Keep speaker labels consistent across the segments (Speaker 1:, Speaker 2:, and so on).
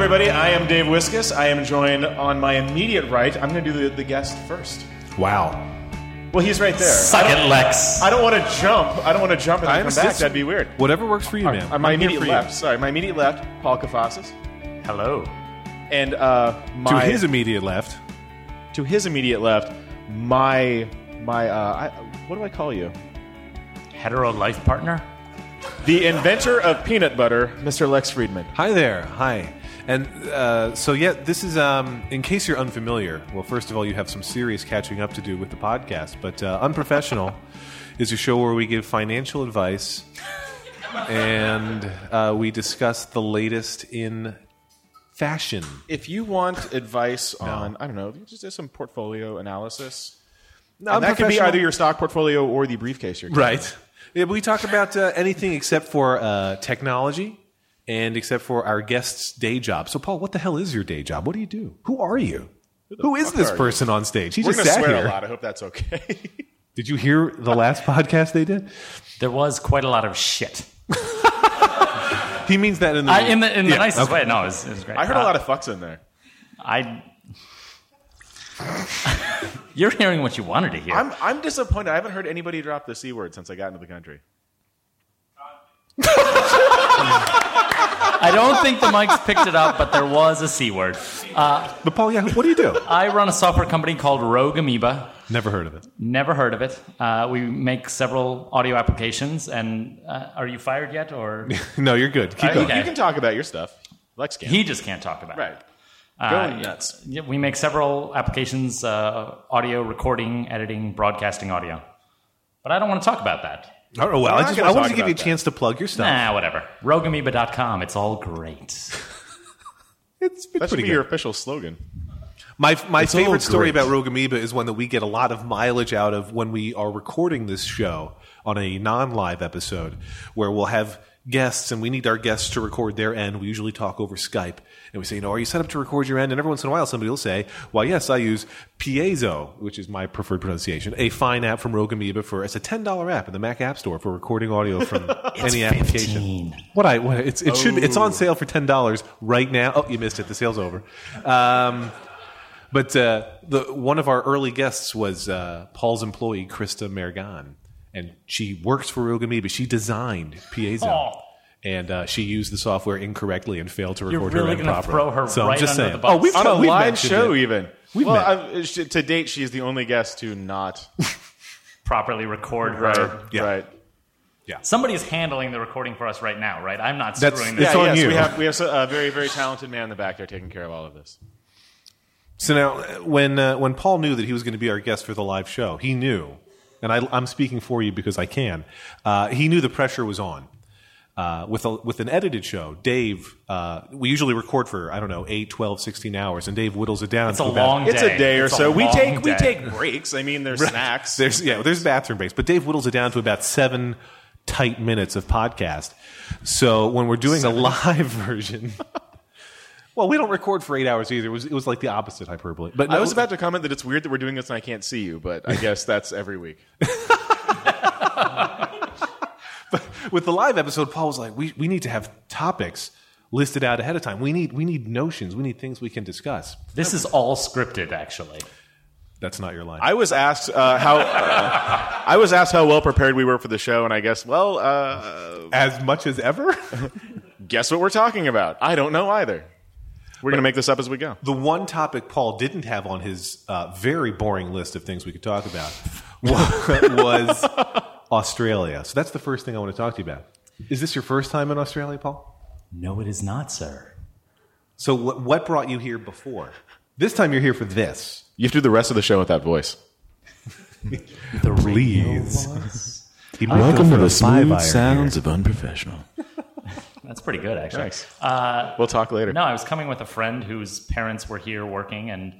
Speaker 1: everybody. I am Dave Wiskus. I am joined on my immediate right. I'm going to do the, the guest first.
Speaker 2: Wow.
Speaker 1: Well, he's right there.
Speaker 3: Suck
Speaker 1: I don't-
Speaker 3: it, Lex.
Speaker 1: I don't want to jump. I don't want to jump and
Speaker 2: I
Speaker 1: then come back.
Speaker 2: understand.
Speaker 1: That'd be weird.
Speaker 2: Whatever works for you, man.
Speaker 1: Uh, my
Speaker 2: I'm here
Speaker 1: immediate
Speaker 2: for you.
Speaker 1: left. Sorry, my immediate left. Paul Kafasis.
Speaker 3: Hello.
Speaker 1: And uh,
Speaker 2: To
Speaker 1: my
Speaker 2: his immediate left.
Speaker 1: to his immediate left, my my uh, I, what do I call you?
Speaker 3: Hetero life partner?
Speaker 1: The inventor of peanut butter, Mr. Lex Friedman.
Speaker 2: Hi there. Hi. And uh, so, yeah, this is, um, in case you're unfamiliar, well, first of all, you have some serious catching up to do with the podcast, but uh, Unprofessional is a show where we give financial advice and uh, we discuss the latest in fashion.
Speaker 1: If you want advice
Speaker 2: Oh.
Speaker 1: on, I don't know, just do some portfolio analysis.
Speaker 2: No,
Speaker 1: And that could be
Speaker 2: Unprofessional-
Speaker 1: either your stock portfolio or the briefcase you're
Speaker 2: Right. Yeah, we talk about uh, anything except for uh, technology and except for our guest's day job. So, Paul, what the hell is your day job? What do you do? Who are you? Who is
Speaker 1: fuck
Speaker 2: this
Speaker 1: are you?
Speaker 2: person on stage? He
Speaker 1: We're
Speaker 2: just
Speaker 1: going to
Speaker 2: sat
Speaker 1: swear
Speaker 2: here.
Speaker 1: a lot. I hope that's okay.
Speaker 2: Did you hear the last podcast they did?
Speaker 3: There was quite a lot of shit.
Speaker 2: He means that in the,
Speaker 3: I, in the, in the
Speaker 2: Yeah,
Speaker 3: nicest
Speaker 2: okay.
Speaker 3: way. No, it was, it was great.
Speaker 1: I heard a
Speaker 3: Uh,
Speaker 1: lot of fucks in there.
Speaker 3: I. Uh, You're hearing what you wanted to hear.
Speaker 1: I'm, I'm disappointed. I haven't heard anybody drop the C word since I got into the country.
Speaker 3: I don't think the mics picked it up, but there was a C word.
Speaker 2: But Paul, yeah, what do you do?
Speaker 3: I run a software company called Rogue Amoeba.
Speaker 2: Never heard of it.
Speaker 3: Never heard of it. Uh, we make several audio applications. And uh, are you fired yet? Or
Speaker 2: No, you're good. Keep
Speaker 1: I-
Speaker 2: going.
Speaker 3: Okay.
Speaker 1: You can talk about your stuff. Lex can.
Speaker 3: he just can't talk about it.
Speaker 1: right.
Speaker 3: Uh,
Speaker 1: Go nuts.
Speaker 3: Yeah, we make several applications uh, audio recording, editing, broadcasting audio. But I don't want to talk about that.
Speaker 2: All right, Oh, well,
Speaker 1: We're
Speaker 2: I
Speaker 1: not
Speaker 2: just
Speaker 1: gonna
Speaker 2: I wanted
Speaker 1: talk
Speaker 2: to give you a
Speaker 1: about
Speaker 2: chance to plug your stuff.
Speaker 3: Nah, whatever. Rogueamoeba.com. It's all great.
Speaker 2: It's been
Speaker 1: That should
Speaker 2: pretty
Speaker 1: be
Speaker 2: good.
Speaker 1: your official slogan.
Speaker 2: My, my
Speaker 3: all
Speaker 2: favorite story
Speaker 3: great.
Speaker 2: about Rogue Amoeba is one that we get a lot of mileage out of when we are recording this show on a non live episode where we'll have guests and we need our guests to record their end. We usually talk over Skype and we say, you know, are you set up to record your end? And every once in a while somebody will say, well, yes, I use Piezo, which is my preferred pronunciation, a fine app from Rogue Amoeba for it's a $10 app in the Mac App Store for recording audio from any application.
Speaker 3: 15.
Speaker 2: What I what, it's it should be it's
Speaker 3: Oh.
Speaker 2: on sale for ten dollars right now. Oh, you missed it. The sale's over. Um, but uh, the one of our early guests was uh, Paul's employee Krista Mergan, and she works for Rogami, but she designed Piezo.
Speaker 3: Oh.
Speaker 2: And uh, she used the software incorrectly and failed to record
Speaker 3: really
Speaker 2: her end
Speaker 3: gonna
Speaker 2: properly.
Speaker 3: throw her
Speaker 2: so I'm
Speaker 3: right
Speaker 2: just
Speaker 3: under
Speaker 2: saying.
Speaker 3: the bus.
Speaker 2: Oh, we've
Speaker 1: on a
Speaker 2: we've
Speaker 1: live
Speaker 2: mentioned
Speaker 1: show,
Speaker 2: it.
Speaker 1: even.
Speaker 2: We've
Speaker 1: well,
Speaker 2: met.
Speaker 1: I've- sh- to date, she's the only guest to not.
Speaker 3: Properly record her.
Speaker 2: Yeah.
Speaker 1: Right.
Speaker 3: Somebody is handling the recording for us right now, right? I'm not
Speaker 2: That's-
Speaker 3: screwing
Speaker 2: It's
Speaker 3: this.
Speaker 1: yeah,
Speaker 2: on
Speaker 1: yes,
Speaker 2: you.
Speaker 1: We have we have a very very talented man in the back there taking care of all of this.
Speaker 2: So now, uh, when uh, when Paul knew that he was going to be our guest for the live show, he knew, and I, I'm speaking for you because I can. Uh, he knew the pressure was on. Uh, with a, with an edited show, Dave, uh, we usually record for I don't know 8, 12, 16 hours, and Dave whittles it down.
Speaker 3: It's
Speaker 2: to
Speaker 3: a
Speaker 2: about-
Speaker 3: long
Speaker 1: It's a day or
Speaker 3: It's a
Speaker 1: so. we
Speaker 3: long
Speaker 1: take we
Speaker 3: day.
Speaker 1: take breaks. I mean, there's snacks.
Speaker 2: There's yeah, there's bathroom breaks, but Dave whittles it down to about seven tight minutes of podcast. So when we're doing a live version, well, we don't record for eight hours either. It was it was like the opposite hyperbole. But
Speaker 1: I
Speaker 2: no-
Speaker 1: was about to comment that it's weird that we're doing this and I can't see you, but I guess that's every week.
Speaker 2: with the live episode, Paul was like, "We we need to have topics listed out ahead of time. We need we need notions. We need things we can discuss."
Speaker 3: This is all scripted, actually.
Speaker 2: That's not your line.
Speaker 1: I was asked uh, how uh, I was asked how well prepared we were for the show, and I guess well, uh,
Speaker 2: as much as ever.
Speaker 1: guess what we're talking about? I don't know either. We're gonna make this up as we go.
Speaker 2: the one topic Paul didn't have on his uh, very boring list of things we could talk about wa- was Australia. So that's the first thing I want to talk to you about. Is this your first time in Australia, Paul?
Speaker 3: No, it is not, sir.
Speaker 2: So what, what brought you here before? This time you're here for this.
Speaker 1: You have to do the rest of the show with that voice.
Speaker 3: The
Speaker 2: Please. He'd make
Speaker 4: Welcome
Speaker 2: go
Speaker 4: to
Speaker 2: for
Speaker 4: the
Speaker 2: a five
Speaker 4: smooth
Speaker 2: iron here.
Speaker 4: sounds of unprofessional.
Speaker 3: That's pretty good, actually. Uh,
Speaker 1: Thanks. we'll talk later.
Speaker 3: No, I was coming with a friend whose parents were here working, and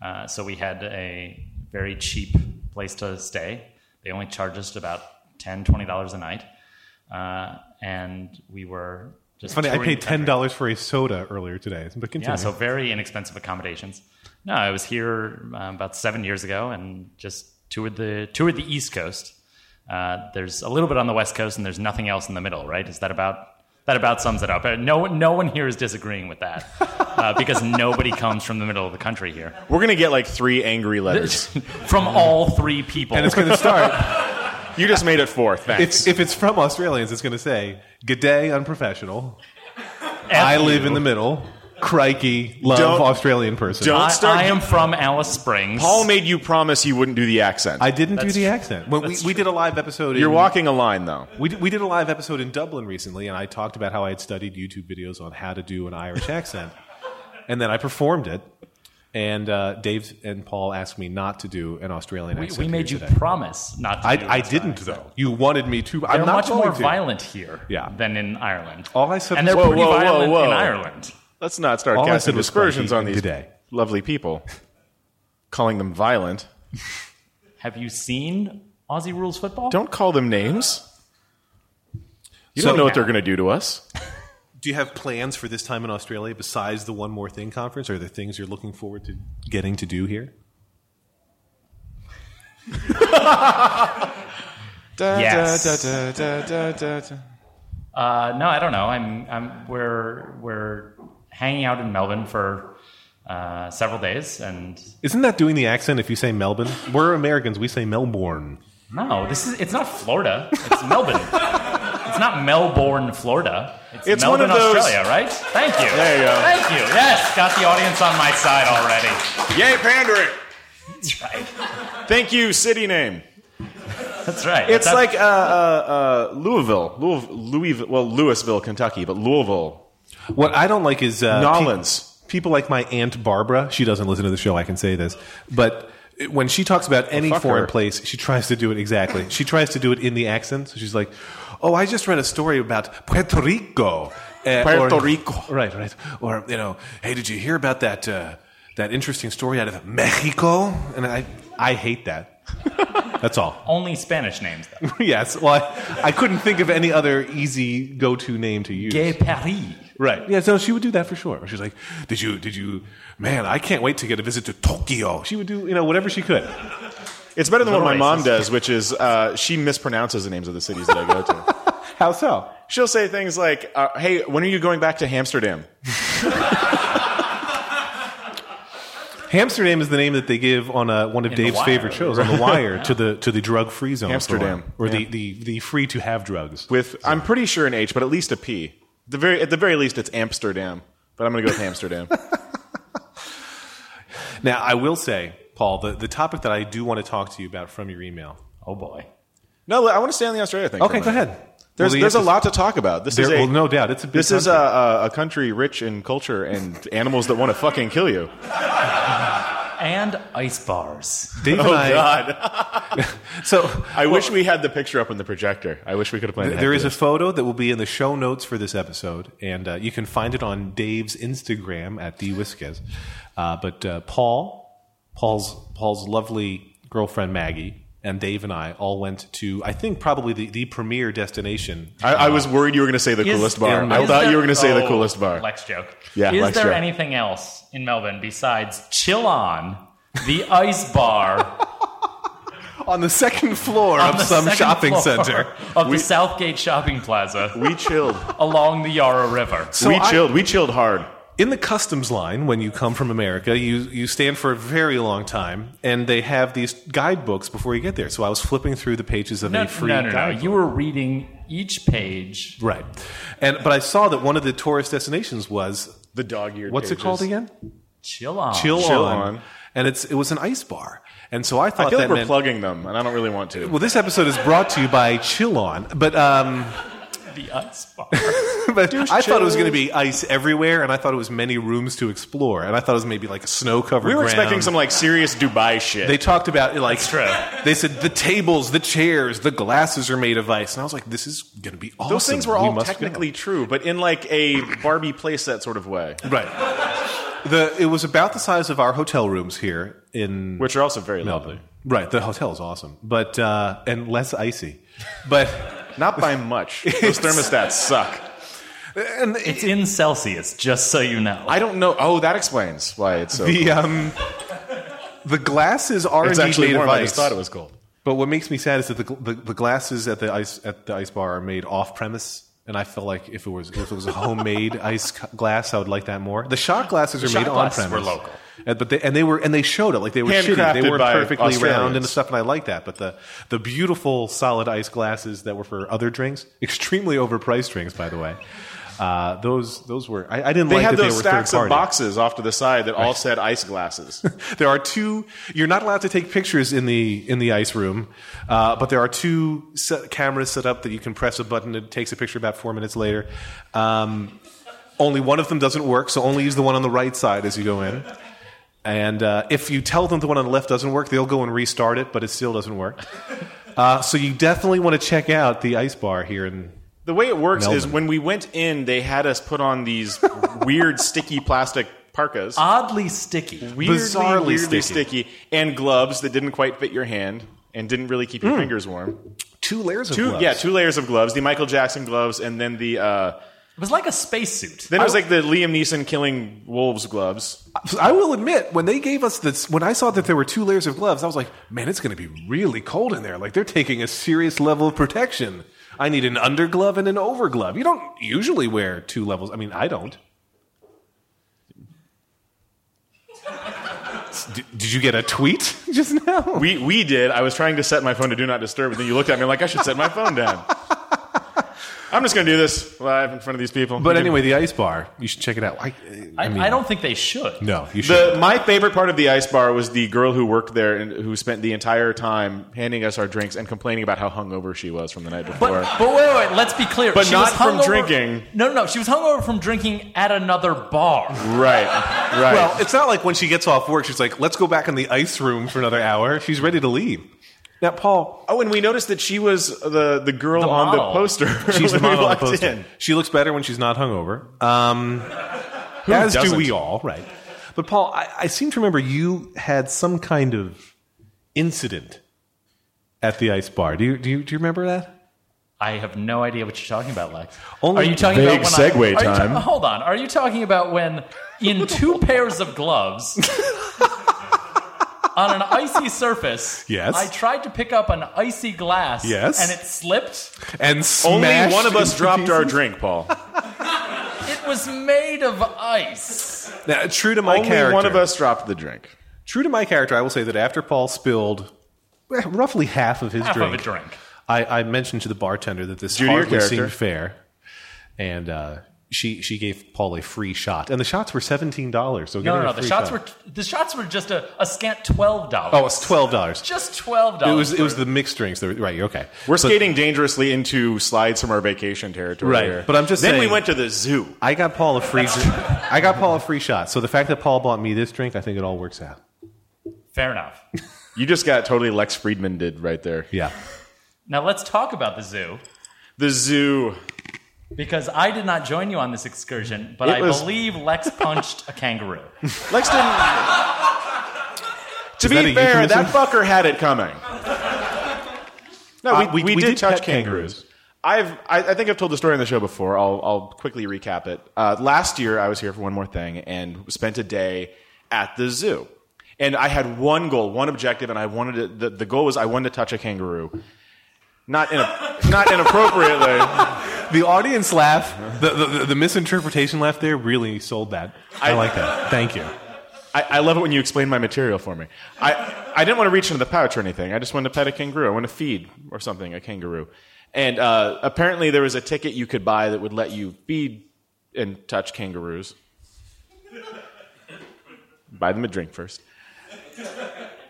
Speaker 3: uh, so we had a very cheap place to stay. They only charged us about $10, $20 a night. Uh, and we were just.
Speaker 2: Funny, I
Speaker 3: touring
Speaker 2: paid
Speaker 3: the country.
Speaker 2: ten dollars for a soda earlier today. But continue.
Speaker 3: Yeah, so very inexpensive accommodations. No, I was here um, about seven years ago and just toured the toured the East Coast. Uh, there's a little bit on the West Coast, and there's nothing else in the middle, right? Is that about That about sums it up. Uh, No, one- no one here is disagreeing with that uh, because nobody comes from the middle of the country here.
Speaker 1: We're gonna get like three angry letters.
Speaker 3: from all three people.
Speaker 2: And it's going to start.
Speaker 1: you just made it four. Thanks.
Speaker 2: if, if it's from Australians, it's going to say, G'day, unprofessional. I live in the middle. Crikey, love
Speaker 1: Don't-
Speaker 2: Australian person.
Speaker 1: don't
Speaker 3: I,
Speaker 1: start.
Speaker 3: I am from Alice Springs.
Speaker 1: Paul made you promise you wouldn't do the accent.
Speaker 2: I didn't do
Speaker 3: That's
Speaker 2: the
Speaker 3: tr-
Speaker 2: accent. When we,
Speaker 3: that's
Speaker 2: we did a live episode.
Speaker 1: You're
Speaker 2: in,
Speaker 1: walking a line though.
Speaker 2: We did, we did a live episode in Dublin recently, and I talked about how I had studied YouTube videos on how to do an Irish accent, and then I performed it. And uh, Dave and Paul asked me not to do an Australian
Speaker 3: we,
Speaker 2: accent.
Speaker 3: we made you
Speaker 2: here today.
Speaker 3: promise not to. do
Speaker 2: I, I
Speaker 3: it.
Speaker 2: didn't though. You wanted me to. I'm
Speaker 3: They're
Speaker 2: not
Speaker 3: much
Speaker 2: going
Speaker 3: more
Speaker 2: to.
Speaker 3: violent here
Speaker 2: Yeah.
Speaker 3: than in Ireland.
Speaker 2: All I said
Speaker 3: and
Speaker 2: was-
Speaker 3: they're
Speaker 1: Whoa,
Speaker 3: pretty
Speaker 1: whoa, whoa,
Speaker 3: violent
Speaker 1: whoa.
Speaker 3: in Ireland.
Speaker 1: Let's not start
Speaker 2: All I
Speaker 1: casting
Speaker 2: said was
Speaker 1: dispersions
Speaker 2: crikey
Speaker 1: on these
Speaker 2: today.
Speaker 1: lovely people. Calling them violent.
Speaker 3: Have you seen Aussie rules football?
Speaker 1: Don't call them names. You
Speaker 2: So-
Speaker 1: don't know what they're going to do to us.
Speaker 2: Do you have plans for this time in Australia besides the One More Thing conference? Are there things you're looking forward to getting to do here?
Speaker 3: Yes.
Speaker 1: Da, da, da, da, da.
Speaker 3: Uh, no, I don't know. I'm, I'm we're we're hanging out in Melbourne for uh, several days, and
Speaker 2: Isn't that doing the accent if you say Melbourne? We're Americans. We say Melbourne.
Speaker 3: no, this is it's not Florida. It's Melbourne. It's not Melbourne, Florida. It's,
Speaker 1: It's one
Speaker 3: Melbourne,
Speaker 1: of those-
Speaker 3: Australia, right? Thank you.
Speaker 1: There you go.
Speaker 3: Thank you. Yes, got the audience on my side already.
Speaker 1: Yay, pandering!
Speaker 3: That's right.
Speaker 1: Thank you, city name.
Speaker 3: That's right.
Speaker 1: It's
Speaker 3: That's-
Speaker 1: like uh, uh, uh, Louisville, Louis, Louisville, well, Louisville, Kentucky, but Louisville,
Speaker 2: What I don't like is uh,
Speaker 1: Nolans.
Speaker 2: pe- people like my aunt Barbara. She doesn't listen to the show. I can say this, but when she talks about any
Speaker 1: fuck
Speaker 2: foreign
Speaker 1: her.
Speaker 2: place, she tries to do it exactly. She tries to do it in the accent. So she's like, "Oh, I just read a story about Puerto Rico." Uh,
Speaker 1: Puerto Rico.
Speaker 2: Right, right. Or you know, hey, did you hear about that uh, that interesting story out of Mexico? And I I hate that. That's all.
Speaker 3: only Spanish names though.
Speaker 2: yes. Well, I, I couldn't think of any other easy go to name to use.
Speaker 3: Gay Paris.
Speaker 2: Right. Yeah, so she would do that for sure. She's like, Did you, did you, man, I can't wait to get a visit to Tokyo. She would do, you know, whatever she could.
Speaker 1: It's better than what my
Speaker 3: Little
Speaker 1: mom
Speaker 3: racist.
Speaker 1: does, which is uh, she mispronounces the names of the cities that I go to.
Speaker 2: How so?
Speaker 1: She'll say things like, uh, "Hey, when are you going back to Amsterdam?"
Speaker 2: Hamsterdam is the name that they give on uh, one of
Speaker 3: In The
Speaker 2: Dave's
Speaker 3: Wire.
Speaker 2: favorite shows, on The Wire, to the, to the drug free zone. for a
Speaker 1: Amsterdam.
Speaker 2: while. Or the, the, the free to have drugs.
Speaker 1: With I'm pretty sure an H, but at least a P. The very at the very least, it's Amsterdam. But I'm going to go with Amsterdam.
Speaker 2: Now, I will say, Paul, the, the topic that I do want to talk to you about from your email.
Speaker 3: Oh boy.
Speaker 1: no, I want to stay on the Australia thing. for
Speaker 2: Okay,
Speaker 1: minute.
Speaker 2: go ahead.
Speaker 1: There's
Speaker 2: Well, the
Speaker 1: there's a
Speaker 2: emphasis-
Speaker 1: lot to talk about. This is
Speaker 2: There,
Speaker 1: a,
Speaker 2: well, no doubt. It's a big
Speaker 1: This is a,
Speaker 2: country.
Speaker 1: a, a country rich in culture and animals that want to fucking kill you.
Speaker 3: And ice bars.
Speaker 2: Dave and
Speaker 1: Oh
Speaker 2: I,
Speaker 1: God!
Speaker 2: So
Speaker 1: I wish we had the picture up on the projector. I wish we could have planned.
Speaker 2: There is a photo that will be in the show notes for this episode, and uh, you can find it on Dave's Instagram at dwhiskas. Uh, but uh, Paul, Paul's Paul's lovely girlfriend Maggie, and Dave and I all went to I think probably the, the premier destination.
Speaker 1: I, I was worried you were going to say the
Speaker 3: Is-
Speaker 1: coolest bar.
Speaker 2: in-
Speaker 1: I
Speaker 3: Is
Speaker 1: thought you
Speaker 3: there-
Speaker 1: were going to say the
Speaker 3: Oh,
Speaker 1: coolest bar.
Speaker 3: Lex joke.
Speaker 1: Yeah,
Speaker 3: Is
Speaker 1: Lex
Speaker 3: there
Speaker 1: joke.
Speaker 3: anything else in Melbourne besides Chill On, the ice bar
Speaker 2: on the second floor
Speaker 3: on
Speaker 2: of
Speaker 3: the
Speaker 2: some
Speaker 3: second
Speaker 2: shopping
Speaker 3: floor
Speaker 2: center?
Speaker 3: of the Southgate Shopping Plaza
Speaker 1: we chilled.
Speaker 3: along the Yarra River?
Speaker 2: So
Speaker 1: we
Speaker 2: I-
Speaker 1: chilled. we chilled hard.
Speaker 2: in the customs line when you come from America, you you stand for a very long time, and they have these guidebooks before you get there. So I was flipping through the pages of
Speaker 3: No,
Speaker 2: a free
Speaker 3: no, no, no.
Speaker 2: guidebook.
Speaker 3: You were reading each page.
Speaker 2: Right. And but I saw that one of the tourist destinations was
Speaker 1: The dog-eared.
Speaker 2: what's it called
Speaker 1: pages.
Speaker 2: again?
Speaker 3: Chill On.
Speaker 2: Chill,
Speaker 1: Chill
Speaker 2: on.
Speaker 1: On.
Speaker 2: And it's it was an ice bar. And so I thought
Speaker 1: I feel
Speaker 2: that
Speaker 1: like we're
Speaker 2: meant-
Speaker 1: plugging them, and I don't really want to.
Speaker 2: well, this episode is brought to you by Chill On, but um,
Speaker 3: The ice bar.
Speaker 2: but I thought it was going to be ice everywhere, and I thought it was many rooms to explore, and I thought it was maybe like a snow covered.
Speaker 1: we were expecting some like serious Dubai shit.
Speaker 2: They talked about like
Speaker 3: true.
Speaker 2: they said the tables, the chairs, the glasses are made of ice, and I was like, this is going to be awesome.
Speaker 1: Those things were
Speaker 2: We
Speaker 1: all
Speaker 2: must go.
Speaker 1: technically true, but in like a Barbie playset sort of way,
Speaker 2: right. The it was about the size of our hotel rooms here in
Speaker 1: which are also very lovely.
Speaker 2: Melbourne. Right, the hotel is awesome, but uh, and less icy, but
Speaker 1: Not by much. Those thermostats suck.
Speaker 2: and
Speaker 3: it's in Celsius, just so you know.
Speaker 1: I don't know. Oh, that explains why it's so.
Speaker 2: the um, the glasses are
Speaker 1: it's
Speaker 2: indeed made
Speaker 1: actually warm.
Speaker 2: of ice.
Speaker 1: I just thought it was cold.
Speaker 2: But what makes me sad is that the, the, the glasses at the ice at the ice bar are made off premise, And I felt like if it was if it was a homemade ice cu- glass, I would like that more. The shot glasses are
Speaker 4: shot
Speaker 2: made on
Speaker 4: glasses
Speaker 2: premise.
Speaker 4: were local.
Speaker 2: And, but they, and they were and they showed it like they were shitty. They
Speaker 1: Handcrafted
Speaker 2: were
Speaker 1: by
Speaker 2: perfectly round and
Speaker 1: Australians.
Speaker 2: stuff, and I like that. But the the beautiful solid ice glasses that were for other drinks, extremely overpriced drinks, by the way. Uh, those those were I, I didn't
Speaker 1: They
Speaker 2: like
Speaker 1: had
Speaker 2: that
Speaker 1: those
Speaker 2: they were
Speaker 1: stacks
Speaker 2: third
Speaker 1: of
Speaker 2: party.
Speaker 1: boxes off to the side that all said ice glasses.
Speaker 2: There are two. You're not allowed to take pictures in the in the ice room, uh, but there are two set, cameras set up that you can press a button. It takes a picture about four minutes later. Um, only one of them doesn't work, so only use the one on the right side as you go in. And uh, if you tell them the one on the left doesn't work, they'll go and restart it, but it still doesn't work. Uh, so you definitely want to check out the ice bar here in
Speaker 1: The way it works is
Speaker 2: Melbourne.
Speaker 1: when we went in, they had us put on these weird sticky plastic parkas,
Speaker 3: Oddly sticky.
Speaker 1: weirdly,
Speaker 2: Uh, bizarrely
Speaker 1: weirdly
Speaker 2: sticky.
Speaker 1: sticky. and gloves that didn't quite fit your hand and didn't really keep your fingers warm.
Speaker 2: Hmm. two layers of
Speaker 1: Two,
Speaker 2: gloves.
Speaker 1: yeah, two layers of gloves: the Michael Jackson gloves, and then the uh,
Speaker 3: It was like a spacesuit.
Speaker 1: then it was like the Liam Neeson killing wolves gloves.
Speaker 2: I will admit, when they gave us this, when I saw that there were two layers of gloves, I was like, man, it's going to be really cold in there. Like, they're taking a serious level of protection. I need an underglove and an overglove. You don't usually wear two levels. I mean, I don't. D- Did you get a tweet just now?
Speaker 1: We we did. I was trying to set my phone to do not disturb, and then you looked at me like I should set my phone down. I'm just going to do this live in front of these people.
Speaker 2: But anyway, the ice bar, you should check it out. I,
Speaker 3: I, I,
Speaker 2: mean,
Speaker 3: don't think they should.
Speaker 2: No, you should.
Speaker 1: The, my favorite part of the ice bar was the girl who worked there and who spent the entire time handing us our drinks and complaining about how hungover she was from the night
Speaker 3: But,
Speaker 1: before.
Speaker 3: but wait, wait, let's be clear.
Speaker 1: But
Speaker 3: She
Speaker 1: not
Speaker 3: was
Speaker 1: from
Speaker 3: hungover-
Speaker 1: drinking.
Speaker 3: No, no, she was hungover from drinking at another bar.
Speaker 1: right, right.
Speaker 2: well, it's not like when she gets off work, she's like, let's go back in the ice room for another hour. She's ready to leave. Now, Paul,
Speaker 1: oh, and we noticed that she was the the girl
Speaker 3: The
Speaker 1: on the
Speaker 3: model.
Speaker 1: poster.
Speaker 2: She's the
Speaker 1: when we
Speaker 2: model on
Speaker 1: walked
Speaker 2: the poster.
Speaker 1: in.
Speaker 2: She looks better when she's not hungover. Um, as do
Speaker 1: doesn't?
Speaker 2: we all, right? But Paul, I, I seem to remember you had some kind of incident at the ice bar. Do you do you, do you remember that?
Speaker 3: I have no idea what you're talking about, Lex.
Speaker 2: Only
Speaker 3: are you talking
Speaker 1: vague
Speaker 3: about when I-
Speaker 1: segue
Speaker 3: are you ta-
Speaker 1: time.
Speaker 3: hold on. Are you talking about when, in two pairs of gloves, on an icy surface,
Speaker 2: Yes.
Speaker 3: I tried to pick up an icy glass,
Speaker 2: Yes.
Speaker 3: and it slipped.
Speaker 2: And
Speaker 1: Only
Speaker 2: smashed
Speaker 1: one of us
Speaker 2: into
Speaker 1: dropped our
Speaker 2: pieces?
Speaker 1: drink, Paul.
Speaker 3: It was made of ice.
Speaker 2: Now, true to my
Speaker 1: Only
Speaker 2: character,
Speaker 1: one of us dropped the drink.
Speaker 2: True to my character, I will say that after Paul spilled eh, roughly half of his
Speaker 3: Half
Speaker 2: drink,
Speaker 3: of a drink.
Speaker 2: I, I mentioned to the bartender that this
Speaker 1: Junior
Speaker 2: hardly
Speaker 1: character.
Speaker 2: seemed fair, and uh, she she gave Paul a free shot, and the shots were seventeen dollars. So
Speaker 3: No, no, no. The shots were the shots were just a, a scant twelve dollars.
Speaker 2: oh, it's twelve dollars.
Speaker 3: just twelve
Speaker 2: It
Speaker 3: dollars.
Speaker 2: was it was the mixed drinks. That were, right, you're okay.
Speaker 1: We're
Speaker 2: But
Speaker 1: skating dangerously into slides from our vacation territory.
Speaker 2: Right,
Speaker 1: here.
Speaker 2: but I'm just
Speaker 1: then we
Speaker 2: saying-
Speaker 1: went to the zoo.
Speaker 2: I got Paul a free. dr- I got Paul a free shot. So the fact that Paul bought me this drink, I think it all works out.
Speaker 3: Fair enough.
Speaker 1: You just got totally Lex Friedman did right there.
Speaker 2: Yeah.
Speaker 3: Now let's talk about the zoo
Speaker 1: The zoo.
Speaker 3: because I did not join you on this excursion, but
Speaker 1: It
Speaker 3: I
Speaker 1: was-
Speaker 3: believe Lex punched a kangaroo.
Speaker 1: Lex didn't. to
Speaker 2: that
Speaker 1: be
Speaker 2: a
Speaker 1: fair,
Speaker 2: euphemism?
Speaker 1: that fucker had it coming. No, we,
Speaker 2: Uh,
Speaker 1: we, did, touch
Speaker 2: pet
Speaker 1: kangaroos. I've, I, I think I've told the story on the show before. I'll, I'll quickly recap it. Uh, last year, I was here for one more thing and spent a day at the zoo. And I had one goal, one objective, and I wanted to, the, the goal was I wanted to touch a kangaroo. Not, in a, not inappropriately.
Speaker 2: The audience laugh, the, the, the, the misinterpretation laugh there really sold that. I
Speaker 1: I-
Speaker 2: like that. Thank you.
Speaker 1: I, I love it when you explain my material for me. I, I didn't want to reach into the pouch or anything. I just wanted to pet a kangaroo. I want to feed or something a kangaroo. And uh, apparently there was a ticket you could buy that would let you feed and touch kangaroos. buy them a drink first.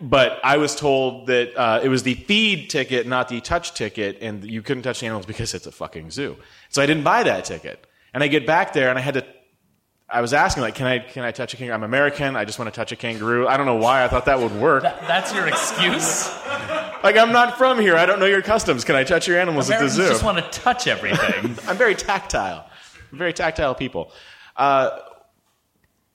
Speaker 1: But I was told that uh, it was the feed ticket, not the touch ticket, and you couldn't touch the animals because it's a fucking zoo. So I didn't buy that ticket. And I get back there and I had to I was asking like, can I can I touch a kangaroo? I'm American. I just want to touch a kangaroo. I don't know why I thought that would work.
Speaker 3: That, that's your excuse.
Speaker 1: Like I'm not from here. I don't know your customs. Can I touch your animals
Speaker 3: Americans
Speaker 1: at the
Speaker 3: just
Speaker 1: zoo?
Speaker 3: want to touch everything.
Speaker 1: I'm very tactile. I'm very tactile people. Uh,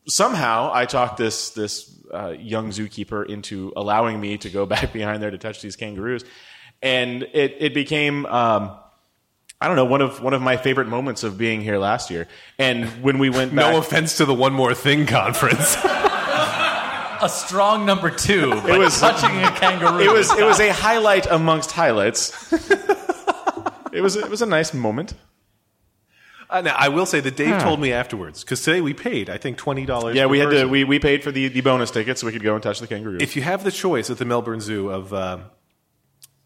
Speaker 1: somehow I talked this this uh, young zookeeper into allowing me to go back behind there to touch these kangaroos, and it it became. Um, I don't know one of one of my favorite moments of being here last year, and when we went back,
Speaker 2: No offense to the One More Thing conference.
Speaker 3: a strong number two, but it
Speaker 1: was-
Speaker 3: was, touching a kangaroo.
Speaker 1: it was it was a highlight amongst highlights. it was it was a nice moment.
Speaker 2: Uh, now, I will say that Dave told me afterwards because today we paid, I think, twenty dollars.
Speaker 1: Yeah, we had to, we, we paid for the, the bonus tickets so we could go and touch the kangaroo.
Speaker 2: If you have the choice at the Melbourne Zoo of um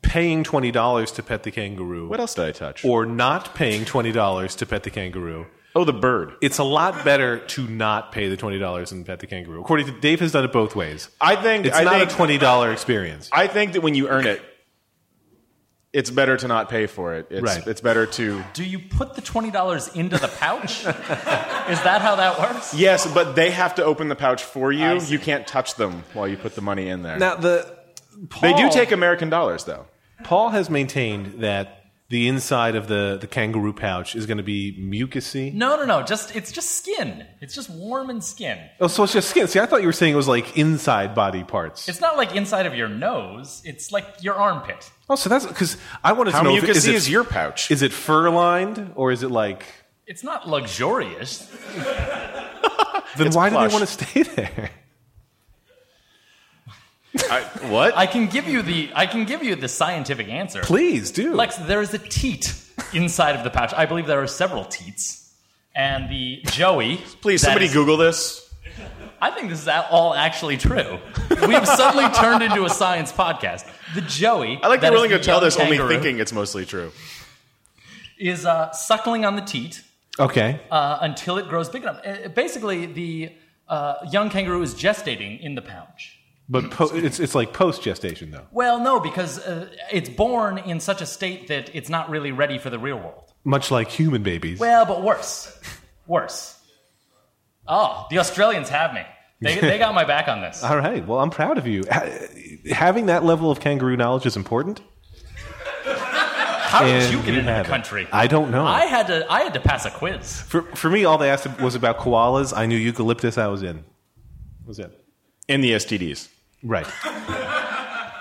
Speaker 2: paying twenty dollars to pet the kangaroo,
Speaker 1: what else did I touch?
Speaker 2: or not paying twenty dollars to pet the kangaroo,
Speaker 1: oh, the bird.
Speaker 2: it's a lot better to not pay the twenty dollars and pet the kangaroo. According to Dave, has done it both ways.
Speaker 1: I think
Speaker 2: It's
Speaker 1: I
Speaker 2: not
Speaker 1: think,
Speaker 2: a twenty dollar experience.
Speaker 1: I think that when you earn it, it's better to not pay for it. It's,
Speaker 2: Right.
Speaker 1: it's better to
Speaker 3: Do you put the twenty dollars into the pouch? Is that how that works?
Speaker 1: yes, but they have to open the pouch for
Speaker 3: I
Speaker 1: you.
Speaker 3: see.
Speaker 1: You can't touch them while you put the money in there.
Speaker 2: Now the
Speaker 1: they do
Speaker 2: Paul-
Speaker 1: take American dollars though.
Speaker 2: Paul has maintained that the inside of the, the kangaroo pouch is going to be mucusy.
Speaker 3: No, no, no. Just it's just skin. It's just warm and skin.
Speaker 2: Oh, so it's just skin. See, I thought you were saying it was like inside body parts.
Speaker 3: It's not like inside of your nose. It's like your armpit.
Speaker 2: oh, so that's because I wanted
Speaker 1: How
Speaker 2: to know if,
Speaker 1: mucusy
Speaker 2: is,
Speaker 1: is,
Speaker 2: it,
Speaker 1: your pouch?
Speaker 2: is it fur lined or is it like?
Speaker 3: It's not luxurious.
Speaker 2: Then why
Speaker 1: plush.
Speaker 2: do they want to stay there?
Speaker 1: I, what?
Speaker 3: I can give you the I can give you the scientific answer.
Speaker 2: Please do.
Speaker 3: Lex, there is a teat inside of the pouch. I believe there are several teats. And the Joey.
Speaker 1: Please,
Speaker 3: that
Speaker 1: somebody
Speaker 3: is-
Speaker 1: Google this.
Speaker 3: I think this is a- all actually true. We have suddenly turned into a science podcast. The Joey.
Speaker 1: I like
Speaker 3: that
Speaker 1: they're
Speaker 3: is
Speaker 1: willing
Speaker 3: the
Speaker 1: to tell
Speaker 3: young
Speaker 1: this,
Speaker 3: kangaroo,
Speaker 1: only thinking it's mostly true.
Speaker 3: Is uh, suckling on the teat
Speaker 2: okay.
Speaker 3: uh, until it grows big enough. Uh, basically, the uh, young kangaroo is gestating in the pouch.
Speaker 2: But po- it's it's like post gestation though.
Speaker 3: Well, no, because uh, it's born in such a state that it's not really ready for the real world.
Speaker 2: Much like human babies.
Speaker 3: Well, but worse. Worse. Oh, the Australians have me. They, they got my back on this.
Speaker 2: All right. Well, I'm proud of you. Ha- Having that level of kangaroo knowledge is important.
Speaker 3: How did
Speaker 2: and
Speaker 3: you get
Speaker 2: you
Speaker 3: into the
Speaker 2: have it.
Speaker 3: country?
Speaker 2: I don't know.
Speaker 3: I had to. I had to pass a quiz.
Speaker 2: For, for me, all they asked was about koalas. I knew eucalyptus. I was in. That was it?
Speaker 1: In the STDs.
Speaker 2: Right. I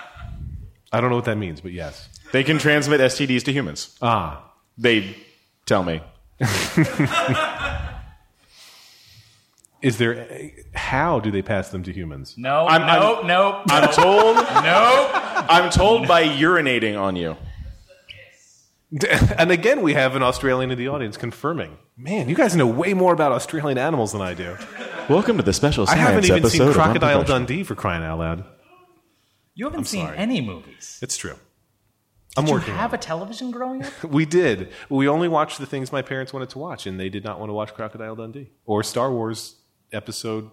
Speaker 2: don't know what that means, but yes.
Speaker 1: They can transmit STDs to humans.
Speaker 2: Ah,
Speaker 1: They tell me.
Speaker 2: is there? How do they pass them to humans?
Speaker 3: No,
Speaker 1: I'm-
Speaker 3: no, no,
Speaker 1: I'm
Speaker 2: Oh.
Speaker 1: told
Speaker 3: no.
Speaker 1: I'm told by urinating on you.
Speaker 2: And again, we have an Australian in the audience confirming. Man, you guys know way more about Australian animals than I do.
Speaker 1: Welcome to the special
Speaker 2: I
Speaker 1: science
Speaker 2: haven't even
Speaker 1: episode
Speaker 2: seen
Speaker 1: of
Speaker 2: Crocodile
Speaker 1: Unprofessional.
Speaker 2: Dundee for crying out loud.
Speaker 3: You haven't seen
Speaker 2: sorry.
Speaker 3: any movies.
Speaker 2: It's true. I'm
Speaker 3: Did you
Speaker 2: working. on
Speaker 3: have a television growing up?
Speaker 2: it. We did. We only watched the things my parents wanted to watch, and they did not want to watch Crocodile Dundee or Star Wars Episode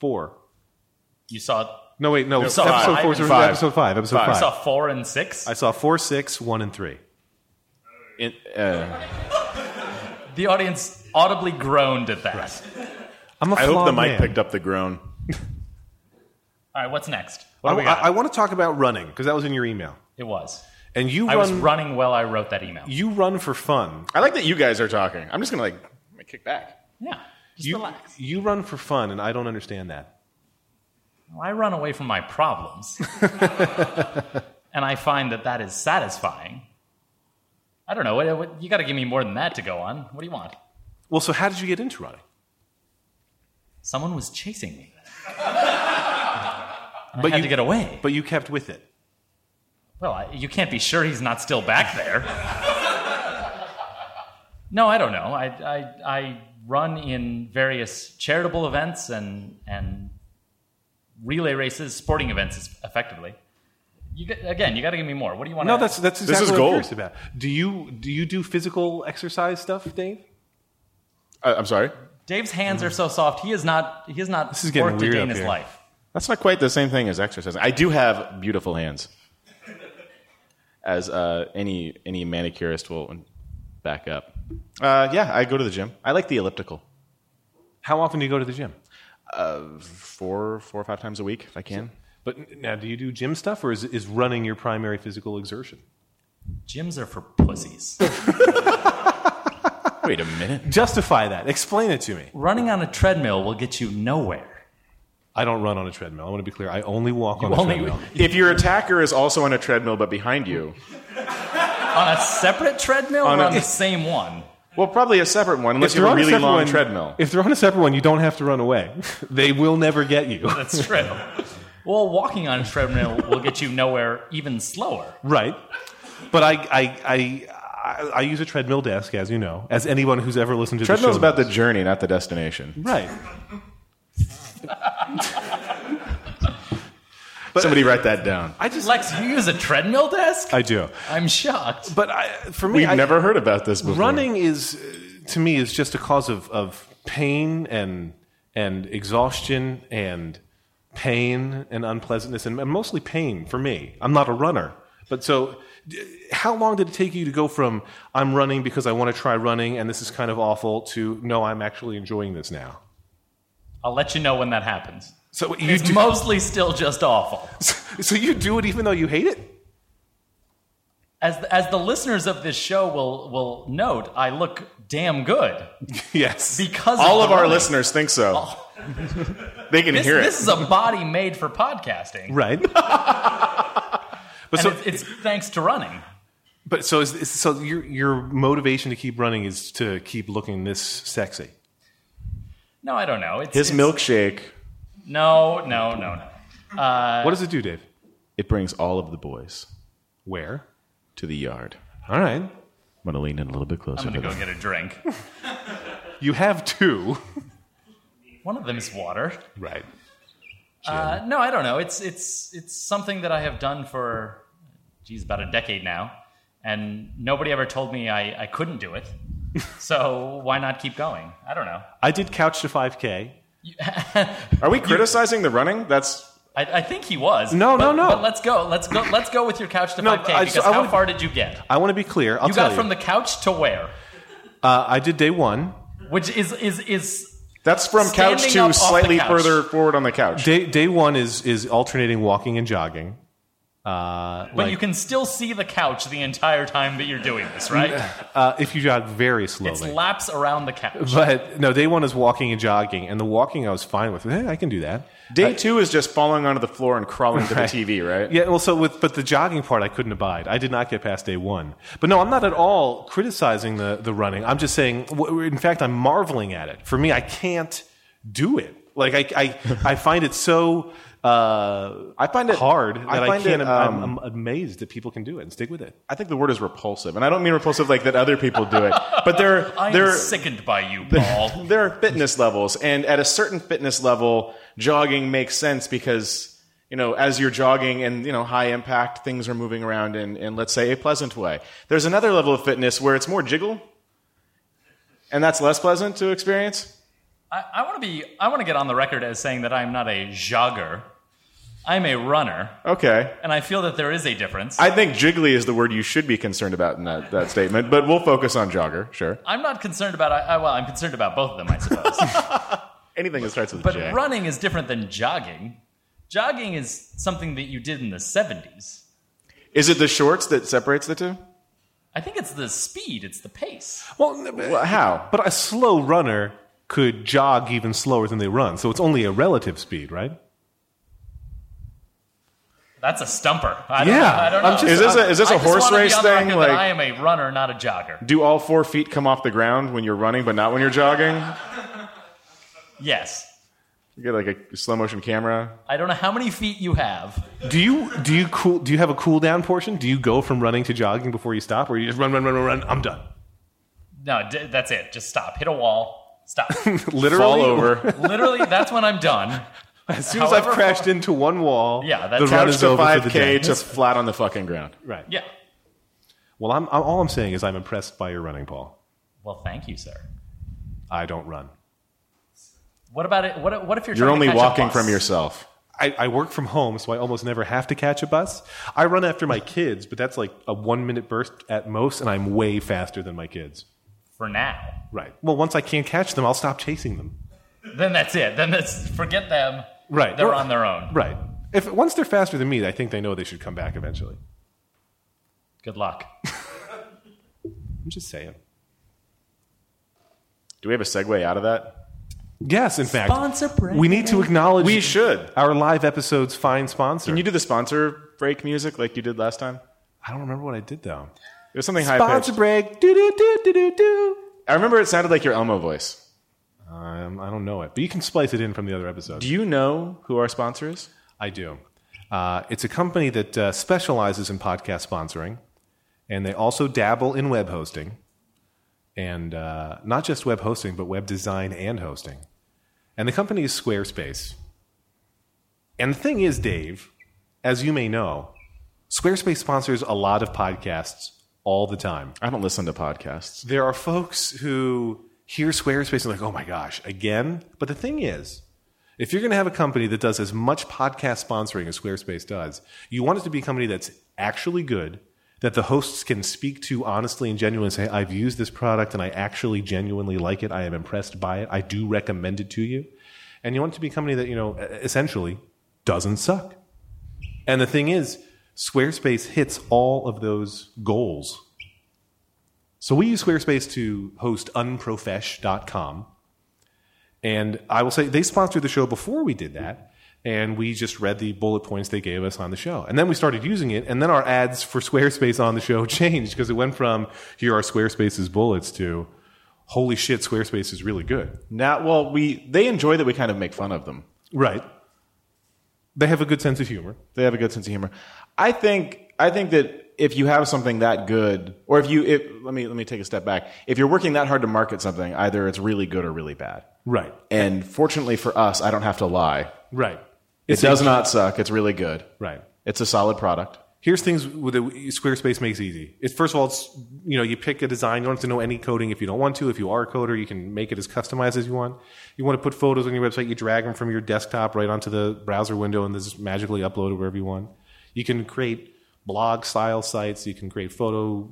Speaker 2: Four.
Speaker 3: You saw.
Speaker 2: No, wait, no.
Speaker 3: saw
Speaker 2: episode
Speaker 3: five
Speaker 2: four.
Speaker 3: and
Speaker 2: sorry,
Speaker 1: five.
Speaker 2: Episode five. Episode
Speaker 1: Five.
Speaker 2: five.
Speaker 3: You saw four and six.
Speaker 2: I saw four, six, one, and three.
Speaker 1: In- uh,
Speaker 3: the audience audibly groaned at that.
Speaker 2: I'm a
Speaker 1: I hope the
Speaker 2: flawed
Speaker 1: mic
Speaker 2: man.
Speaker 1: picked up the groan.
Speaker 3: All right, what's next?
Speaker 2: I,
Speaker 3: What do we got?
Speaker 2: I- I want to talk about running because that was in your email,
Speaker 3: it was.
Speaker 2: and you
Speaker 3: I was
Speaker 2: run.
Speaker 3: running while I wrote that email.
Speaker 2: you run for fun.
Speaker 1: I like that you guys are talking. I'm just gonna like I'm gonna kick back.
Speaker 3: Yeah, just
Speaker 2: You,
Speaker 3: relax.
Speaker 2: you run for fun, and I don't understand that.
Speaker 3: I run away from my problems, and I find that that is satisfying. I don't know. What, what, you got to give me more than that to go on. What do you want?
Speaker 2: Well, so how did you get into running?
Speaker 3: Someone was chasing me.
Speaker 2: But
Speaker 3: I had
Speaker 2: you-
Speaker 3: to get away.
Speaker 2: But you kept with it.
Speaker 3: Well, I, you can't be sure he's not still back there. no, I don't know. I, I, I run in various charitable events and, and relay races, sporting events, es- effectively. You, get- again, you got to give me more. What do you want?
Speaker 2: No,
Speaker 3: to
Speaker 2: that's that's
Speaker 1: is
Speaker 2: exactly what
Speaker 1: gold.
Speaker 2: I'm curious about. Do you do you do physical exercise stuff, Dave?
Speaker 1: Uh, I'm sorry.
Speaker 3: Dave's hands are so soft. He is not. He is not
Speaker 2: Mm. This is getting
Speaker 3: worked a
Speaker 2: weird
Speaker 3: day
Speaker 2: up
Speaker 3: in his
Speaker 2: here.
Speaker 3: life.
Speaker 1: That's not quite the same thing as exercising. I do have beautiful hands, as uh, any any manicurist will back up. Uh, yeah, I go to the gym. I like the elliptical Uh,
Speaker 2: How often do you go to the gym?
Speaker 1: four four or five times a week if I can.
Speaker 2: But n- now, do you do gym stuff, or is is running your primary physical exertion?
Speaker 3: Gyms are for pussies.
Speaker 1: Wait a minute.
Speaker 2: Justify that. Explain it to me.
Speaker 3: Running on a treadmill will get you nowhere.
Speaker 2: I don't run on a treadmill. I want to be clear. I only walk on
Speaker 3: only-
Speaker 2: a treadmill.
Speaker 1: If your attacker is also on a treadmill but behind you,
Speaker 3: On a separate treadmill
Speaker 1: On
Speaker 3: or
Speaker 1: a-
Speaker 3: on the same one?
Speaker 1: well, probably a separate one unless you're
Speaker 2: they're
Speaker 1: a
Speaker 2: on
Speaker 1: really
Speaker 2: separate
Speaker 1: long
Speaker 2: one-
Speaker 1: treadmill.
Speaker 2: If they're on a separate one, you don't have to run away. they will never get you.
Speaker 3: That's true. well, walking on a treadmill will get you nowhere even slower.
Speaker 2: right. But I, I, I, I, I use a treadmill desk, as you know, as anyone who's ever listened to
Speaker 1: Treadmill's
Speaker 2: the show
Speaker 1: about the
Speaker 2: knows.
Speaker 1: journey, not the destination.
Speaker 2: right.
Speaker 1: Somebody write that down.
Speaker 2: I just
Speaker 3: Lex, you use a treadmill desk?
Speaker 2: I do,
Speaker 3: I'm shocked.
Speaker 2: but I, for me,
Speaker 1: We've
Speaker 2: I,
Speaker 1: never heard about this before.
Speaker 2: running is uh, to me is just a cause of, of pain and and exhaustion and pain and unpleasantness and mostly pain for me. I'm not a runner, but so d- how long did it take you to go from I'm running because I want to try running and this is kind of awful to no, I'm actually enjoying this now.
Speaker 3: I'll let you know when that happens.
Speaker 2: So you
Speaker 3: It's
Speaker 2: do,
Speaker 3: mostly still just awful.
Speaker 2: so you do it even though you hate it.
Speaker 3: As the, as the listeners of this show will will note, I look damn good
Speaker 2: Yes.
Speaker 3: because
Speaker 1: All of
Speaker 3: the
Speaker 1: our
Speaker 3: running.
Speaker 1: listeners think so. they can
Speaker 3: This,
Speaker 1: hear
Speaker 3: this
Speaker 1: it.
Speaker 3: is a body made for podcasting,
Speaker 2: Right. but
Speaker 3: and
Speaker 2: so
Speaker 3: it's, it's thanks to running.
Speaker 2: but so is, is so your your motivation to keep running is to keep looking this sexy.
Speaker 3: No, I don't know. It's,
Speaker 1: His
Speaker 3: it's-
Speaker 1: milkshake,
Speaker 3: No, no, no, no. Uh,
Speaker 2: what does it do, Dave?
Speaker 1: it brings all of the boys
Speaker 2: Where?
Speaker 1: to the yard.
Speaker 2: All right.
Speaker 1: I'm going to lean in a little bit closer.
Speaker 3: I'm
Speaker 1: to
Speaker 3: gonna go
Speaker 1: them.
Speaker 3: get a drink.
Speaker 2: You have two.
Speaker 3: One of them is water.
Speaker 2: Right.
Speaker 3: Uh, no, I don't know. It's it's it's something that I have done for, geez, about a decade now, and nobody ever told me I, I couldn't do it. so why not keep going? I don't know.
Speaker 2: I did couch to 5K.
Speaker 1: Are we criticizing the running? That's
Speaker 3: I, I think he was.
Speaker 2: No,
Speaker 3: but-
Speaker 2: no, no.
Speaker 3: But let's go. Let's go. Let's go with your couch to
Speaker 2: No,
Speaker 3: five k.
Speaker 2: I
Speaker 3: Because
Speaker 2: just- I
Speaker 3: how
Speaker 2: wanna-
Speaker 3: far did you get?
Speaker 2: I want to be clear. I'll
Speaker 3: You
Speaker 2: tell
Speaker 3: got
Speaker 2: you.
Speaker 3: from the couch to where?
Speaker 2: uh, I did day one.
Speaker 3: Which is is is
Speaker 1: that's from couch
Speaker 3: Standing up
Speaker 1: to
Speaker 3: off the
Speaker 1: slightly
Speaker 3: couch.
Speaker 1: further forward on the couch.
Speaker 2: Day, day one is, is alternating walking and jogging. Uh,
Speaker 3: but you can still see the couch the entire time that you're doing this, right?
Speaker 2: uh, if you jog very
Speaker 3: it's
Speaker 2: slowly.
Speaker 3: laps around the couch.
Speaker 2: but no, day one is walking and jogging. And the walking I was fine with. Eh, I can do that.
Speaker 1: Day two is just falling onto the floor and crawling to the TV, right?
Speaker 2: Yeah, well, so with but the jogging part, I couldn't abide. I did not get past day one. But no, I'm not at all criticizing the the running. I'm just saying, w- in fact, I'm marveling at it. For me, I can't do it. Like I I, I find it so. Uh,
Speaker 1: I find it
Speaker 2: hard that I,
Speaker 1: find
Speaker 2: can't.
Speaker 1: it,
Speaker 2: I'm-
Speaker 1: um,
Speaker 2: I'm, amazed that people can do it and stick with it.
Speaker 1: I think the word is repulsive, and I don't mean repulsive like that other people do it, but there
Speaker 3: I'm
Speaker 1: there
Speaker 3: sickened by you, Paul.
Speaker 1: there are fitness levels, and at a certain fitness level, jogging makes sense because you know as you're jogging and you know high impact things are moving around in, in let's say a pleasant way. There's another level of fitness where it's more jiggle, and that's less pleasant to experience.
Speaker 3: I, I want to be. I want to get on the record as saying that I'm not a jogger. I'm a runner,
Speaker 1: Okay.
Speaker 3: and I feel that there is a difference. I,
Speaker 1: I think jiggly is the word you should be concerned about in that, that statement, but we'll focus on jogger, sure.
Speaker 3: am not concerned about. I, I, well, I'm concerned about both of them, I suppose.
Speaker 1: Anything that starts with
Speaker 3: but
Speaker 1: J.
Speaker 3: running is different than jogging. Jogging is something that you did in the '70s.
Speaker 1: Is it the shorts that separates the two?
Speaker 3: I think it's the speed. It's the pace.
Speaker 2: Well,
Speaker 1: Well, how?
Speaker 2: but a slow runner could jog even slower than they run, so it's only a relative speed, right?
Speaker 3: That's a stumper. I don't,
Speaker 2: Yeah,
Speaker 3: I don't know.
Speaker 2: I'm just-
Speaker 1: Is this a is this
Speaker 3: I
Speaker 1: a
Speaker 3: just
Speaker 1: horse
Speaker 3: wanna be
Speaker 1: race
Speaker 3: on the
Speaker 1: thing?
Speaker 3: record that I
Speaker 1: Like,
Speaker 3: am a runner, not a jogger.
Speaker 1: do all four feet come off the ground when you're running, but not when you're jogging?
Speaker 3: Yes.
Speaker 1: You get like a slow motion camera.
Speaker 3: I don't know how many feet you have.
Speaker 2: Do you do you cool do you have a cool down portion? Do you go from running to jogging before you stop, or you just run, run, run, run, run? I'm done.
Speaker 3: No, d- that's it. Just stop. Hit a wall. Stop.
Speaker 2: Literally,
Speaker 1: Fall over.
Speaker 3: Literally, that's when I'm done.
Speaker 2: As soon as I've
Speaker 3: However-
Speaker 2: crashed into one wall,
Speaker 3: Yeah,
Speaker 2: the
Speaker 3: that
Speaker 2: run
Speaker 3: counts
Speaker 1: Couch
Speaker 2: is
Speaker 1: to
Speaker 2: over for
Speaker 1: five
Speaker 2: the
Speaker 1: k
Speaker 2: day.
Speaker 1: to flat on the fucking ground.
Speaker 2: right.
Speaker 3: Yeah.
Speaker 2: Well, I'm, I'm all I'm saying is I'm impressed by your running, Paul.
Speaker 3: Well, thank you, sir.
Speaker 2: I don't run.
Speaker 3: What about it? What, what if you're
Speaker 1: You're
Speaker 3: trying
Speaker 1: only
Speaker 3: to catch a
Speaker 1: walking
Speaker 3: bus?
Speaker 1: from yourself.
Speaker 2: I, I work from home, so I almost never have to catch a bus. I run after my kids, but that's like a one minute burst at most, and I'm way faster than my kids.
Speaker 3: for now?
Speaker 2: Right. Well, once I can't catch them, I'll stop chasing them.
Speaker 3: Then that's it. Then that's forget them.
Speaker 2: Right.
Speaker 3: They're
Speaker 2: Or-
Speaker 3: on their own.
Speaker 2: Right. If once they're faster than me, I think they know they should come back eventually.
Speaker 3: Good luck.
Speaker 2: I'm just saying.
Speaker 1: Do we have a segue out of that?
Speaker 2: Yes, in fact,
Speaker 3: Sponsor break.
Speaker 2: we need to acknowledge
Speaker 1: We should.
Speaker 2: our live episode's fine sponsor.
Speaker 1: Can you do the sponsor break music like you did last time?
Speaker 2: I don't remember what I did though.
Speaker 1: It was something high
Speaker 2: Sponsor
Speaker 1: pitched.
Speaker 2: break. Do do do do do do.
Speaker 1: I remember it sounded like your Elmo voice.
Speaker 2: Um, I don't know it, but you can splice it in from the other episode.
Speaker 1: Do you know who our sponsor is?
Speaker 2: I do. Uh, it's a company that uh, specializes in podcast sponsoring, and they also dabble in web hosting, and uh, not just web hosting, but web design and hosting. And the company is Squarespace. And the thing is, Dave, as you may know, Squarespace sponsors a lot of podcasts all the time
Speaker 1: I don't listen to podcasts.
Speaker 2: there are folks who hear Squarespace and like, oh my gosh, again. But the thing is, if you're going to have a company that does as much podcast sponsoring as Squarespace does, you want it to be a company that's actually good, that the hosts can speak to honestly and genuinely and say, I've used this product and I actually genuinely like it. I am impressed by it. I do recommend it to you. And you want it to be a company that, you know, e-, essentially doesn't suck. And the thing is, Squarespace hits all of those goals so we use Squarespace to host unprofesh.com. And I will say they sponsored the show before we did that. And we just read the bullet points they gave us on the show. And then we started using it. And then our ads for Squarespace on the show changed because it went from here are Squarespace's bullets to holy shit, Squarespace is really good.
Speaker 1: Now, well, we they enjoy that we kind of make fun of them.
Speaker 2: Right. They have a good sense of humor.
Speaker 1: They have a good sense of humor. I think I think that if you have something that good, or if you if, let me let me take a step back. If you're working that hard to market something, either it's really good or really bad.
Speaker 2: Right.
Speaker 1: And fortunately for us, I don't have to lie.
Speaker 2: Right.
Speaker 1: It does not suck. It's really good.
Speaker 2: Right.
Speaker 1: It's a solid product.
Speaker 2: here's things with- that Squarespace makes easy. It's first of all, it's you know, you pick a design. You don't have to know any coding if you don't want to. If you are a coder, you can make it as customized as you want. You want to put photos on your website, you drag them from your desktop right onto the browser window, and they're just magically uploaded wherever you want. You can create blog style sites. You can create photo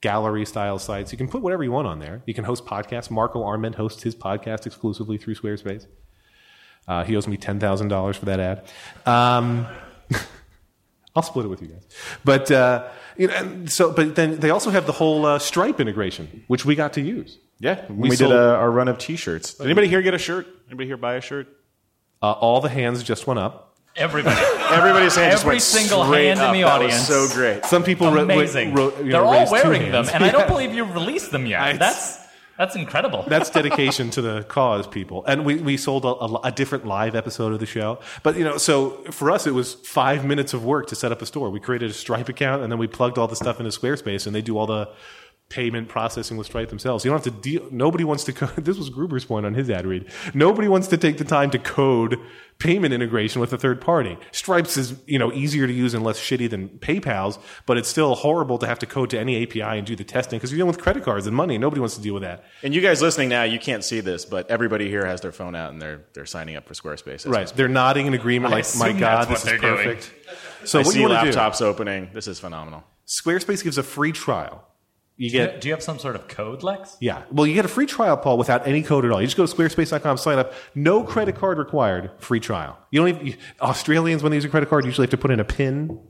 Speaker 2: gallery style sites. You can put whatever you want on there. You can host podcasts. Marco Arment hosts his podcast exclusively through Squarespace. Uh, he owes me ten thousand dollars for that ad. Um, I'll split it with you guys. But uh, you know, and so, but then they also have the whole uh, Stripe integration, which we got to use.
Speaker 1: Yeah, we,
Speaker 2: we
Speaker 1: did
Speaker 2: sold-
Speaker 1: uh our run of T-shirts. Did anybody here get a shirt? Anybody here buy a shirt?
Speaker 2: Uh, all the hands just went up.
Speaker 3: Everybody.
Speaker 1: Everybody's hand just
Speaker 3: Every
Speaker 1: went
Speaker 3: single
Speaker 1: straight
Speaker 3: hand in
Speaker 1: up.
Speaker 3: the
Speaker 1: That was
Speaker 3: audience.
Speaker 1: so great.
Speaker 2: Some people wrote-
Speaker 3: Amazing.
Speaker 2: wrote- you know,
Speaker 3: They're all
Speaker 2: raised two
Speaker 3: wearing them,
Speaker 2: hands.
Speaker 3: and I
Speaker 2: Yeah.
Speaker 3: don't believe you've released them yet.
Speaker 2: I-
Speaker 3: that's that's incredible.
Speaker 2: That's dedication to the cause, people. And we, we sold a, a- a different live episode of the show. But, you know, so for us, it was five minutes of work to set up a store. We created a Stripe account and then we plugged all the stuff into Squarespace and they do all the payment processing with Stripe themselves. You don't have to deal, nobody wants to, co- this was Gruber's point on his ad read. Nobody wants to take the time to code payment integration with a third party. Stripes is, you know, easier to use and less shitty than PayPal's, but it's still horrible to have to code to any API and do the testing because you're dealing with credit cards and money. Nobody wants to deal with that.
Speaker 1: And you guys listening now, you can't see this, but everybody here has their phone out and they're they're signing up for Squarespace.
Speaker 2: Right. They're nodding in agreement,
Speaker 3: I
Speaker 2: like, my
Speaker 3: assume
Speaker 2: God,
Speaker 3: that's what
Speaker 2: this is
Speaker 3: they're doing.
Speaker 2: perfect. So,
Speaker 1: I
Speaker 2: what
Speaker 1: see
Speaker 2: you want to do?
Speaker 1: laptops opening. This is phenomenal.
Speaker 2: Squarespace gives a free trial. You
Speaker 3: Do
Speaker 2: get.
Speaker 3: you- Do you have some sort of code, Lex?
Speaker 2: Yeah. Well, you get a free trial, Paul, without any code at all. You just go to squarespace.com, sign up. No credit card required, free trial. You don't even, you- Australians, when they use a credit card, usually have to put in a PIN.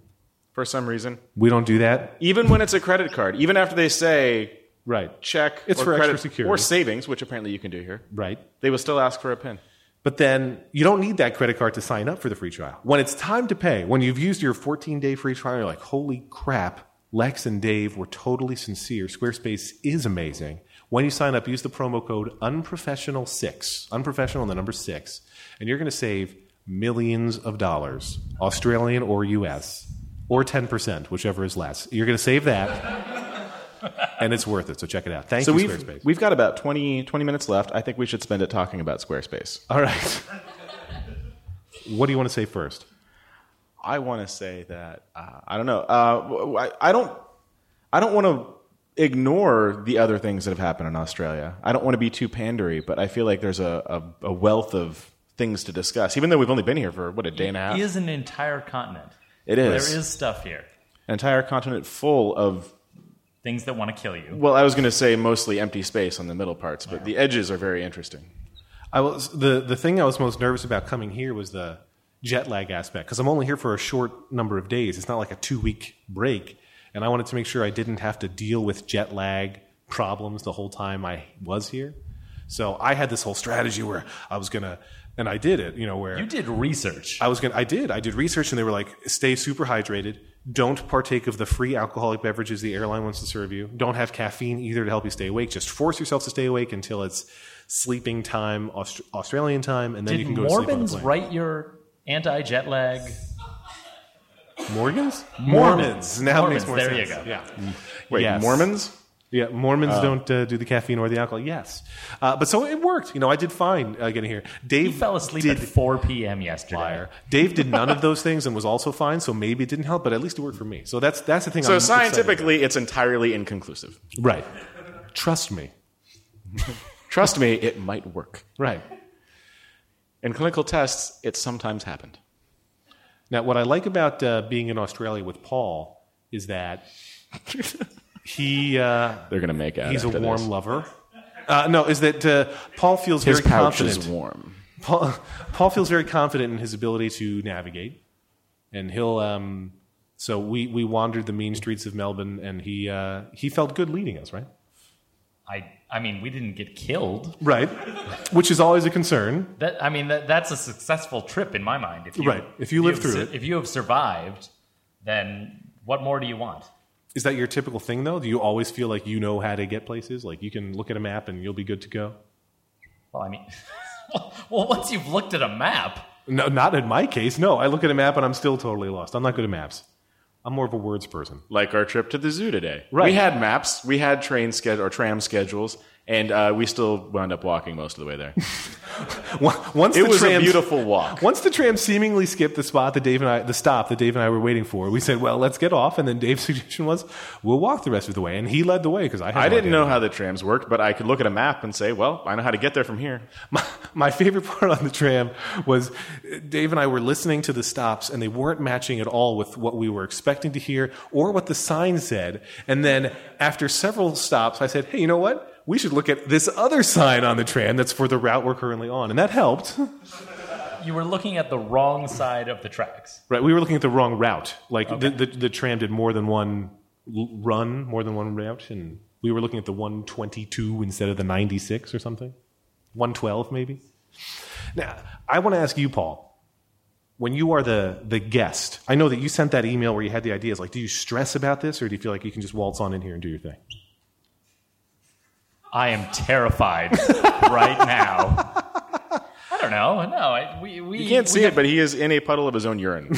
Speaker 1: For some reason,
Speaker 2: We don't do that.
Speaker 1: even when it's a credit card, even after they say
Speaker 2: Right.
Speaker 1: check,
Speaker 2: It's
Speaker 1: or
Speaker 2: for extra
Speaker 1: credit
Speaker 2: security.
Speaker 1: or savings, which apparently you can do here,
Speaker 2: Right.
Speaker 1: they will still ask for a pin.
Speaker 2: But then you don't need that credit card to sign up for the free trial. When it's time to pay, when you've used your 14 day free trial, you're like, holy crap, Lex and Dave were totally sincere. Squarespace is amazing. When you sign up, use the promo code unprofessional6, unprofessional and the number six, and you're going to save millions of dollars, Australian or US, or 10%, whichever is less. You're going to save that, and it's worth it. So check it out. Thank
Speaker 1: So
Speaker 2: you,
Speaker 1: we've
Speaker 2: Squarespace.
Speaker 1: we've got about 20, 20 minutes left. I think we should spend it talking about Squarespace.
Speaker 2: All right. what do you want to say first?
Speaker 1: I want to say that uh, I don't know. Uh, w- I, I don't. I don't want to ignore the other things that have happened in Australia. I don't want to be too pandery, but I feel like there's a, a, a wealth of things to discuss. Even though we've only been here for what a day and a half,
Speaker 3: Is an entire continent.
Speaker 1: it is,
Speaker 3: There is stuff here.
Speaker 1: an entire continent full of.
Speaker 3: Things that want to kill you.
Speaker 1: Well, I was going to say mostly empty space on the middle parts, but the edges are very interesting.
Speaker 2: I was the the thing I was most nervous about coming here was the jet lag aspect because I'm only here for a short number of days. It's not like a two week break, and I wanted to make sure I didn't have to deal with jet lag problems the whole time I was here. So I had this whole strategy where I was gonna, and I did it. You know where
Speaker 3: You did research.
Speaker 2: I was gonna, I did, I did research, and they were like, stay super hydrated. Don't partake of the free alcoholic beverages the airline wants to serve you. Don't have caffeine either to help you stay awake. Just force yourself to stay awake until it's sleeping time, Aust- Australian time, and then
Speaker 3: did
Speaker 2: you can go to sleep on the
Speaker 3: Morbins
Speaker 2: plane.
Speaker 3: write your anti jet lag
Speaker 2: Morgans?
Speaker 1: Mormons.
Speaker 2: Now
Speaker 3: Mormons,
Speaker 2: it makes more
Speaker 3: there you
Speaker 2: sense.
Speaker 3: go.
Speaker 2: Yeah.
Speaker 1: Mm. Wait,
Speaker 2: Yes.
Speaker 1: Mormons?
Speaker 2: Yeah, Mormons don't uh, do the caffeine or the alcohol. Yes, uh, but so it worked. You know, I did fine uh, getting here. Dave
Speaker 3: He fell asleep
Speaker 2: did
Speaker 3: at 4 p.m. yesterday.
Speaker 2: fire. Dave did none of those things and was also fine. So maybe it didn't help, but at least it worked for me. So that's that's the thing.
Speaker 1: So
Speaker 2: I'm excited about.
Speaker 1: scientifically, it's entirely inconclusive.
Speaker 2: right? Trust me,
Speaker 1: Trust me, it might work.
Speaker 2: right?
Speaker 1: In clinical tests, it sometimes happened.
Speaker 2: Now, what I like about uh, being in Australia with Paul is that he uh,
Speaker 1: They're going to make out.
Speaker 2: he's a
Speaker 1: after
Speaker 2: warm
Speaker 1: this.
Speaker 2: lover. Uh, no, is that uh, Paul feels
Speaker 1: His
Speaker 2: very
Speaker 1: pouch
Speaker 2: confident.
Speaker 1: is warm.
Speaker 2: Paul, Paul feels very confident in his ability to navigate, and he'll. Um, so we we wandered the mean streets of Melbourne, and he uh, he felt good leading us, right?
Speaker 3: I, I mean, we didn't get killed.
Speaker 2: Right, which is always a concern.
Speaker 3: That I mean, that, that's a successful trip in my mind. If you,
Speaker 2: Right. If you live
Speaker 3: have
Speaker 2: through
Speaker 3: su-
Speaker 2: it.
Speaker 3: if you have survived, then what more do you want?
Speaker 2: Is that your typical thing, though? Do you always feel like you know how to get places? Like you can look at a map and you'll be good to go?
Speaker 3: Well, I mean, well, once you've looked at a map,
Speaker 2: No, not in my case. No, I look at a map and I'm still totally lost. I'm not good at maps. I'm more of a words person.
Speaker 1: Like our trip to the zoo today. We
Speaker 2: Right.
Speaker 1: had maps, we had train schedule or tram schedules, and uh, we still wound up walking most of the way there.
Speaker 2: Once
Speaker 1: It
Speaker 2: the
Speaker 1: was a
Speaker 2: trams-
Speaker 1: beautiful walk.
Speaker 2: Once the tram seemingly skipped the spot that Dave and I, the stop that Dave and I were waiting for, we said, "Well, let's get off." And then Dave's suggestion was, "We'll walk the rest of the way," and he led the way because I had
Speaker 1: I
Speaker 2: no
Speaker 1: didn't
Speaker 2: idea.
Speaker 1: know how the trams worked, but I could look at a map and say, well, I know how to get there from here.
Speaker 2: My, my favorite part on the tram was uh, Dave and I were listening to the stops, and they weren't matching at all with what we were expecting to hear or what the sign said. And then after several stops, I said, "Hey, you know what?" We should look at this other sign on the tram that's for the route we're currently on. And that helped.
Speaker 3: you were looking at the wrong side of the tracks.
Speaker 2: Right, we were looking at the wrong route. Like the, the the tram did more than one l- run, more than one route, and we were looking at the 122 instead of the 96 or something, 112 maybe. Now, I want to ask you, Paul, when you are the the guest, I know that you sent that email where you had the ideas. Like, do you stress about this, or do you feel like you can just waltz on in here and do your thing?
Speaker 3: I am terrified right now. I don't know. No, I, we, we
Speaker 1: You can't
Speaker 3: we
Speaker 1: see
Speaker 3: have,
Speaker 1: it, but he is in a puddle of his own urine.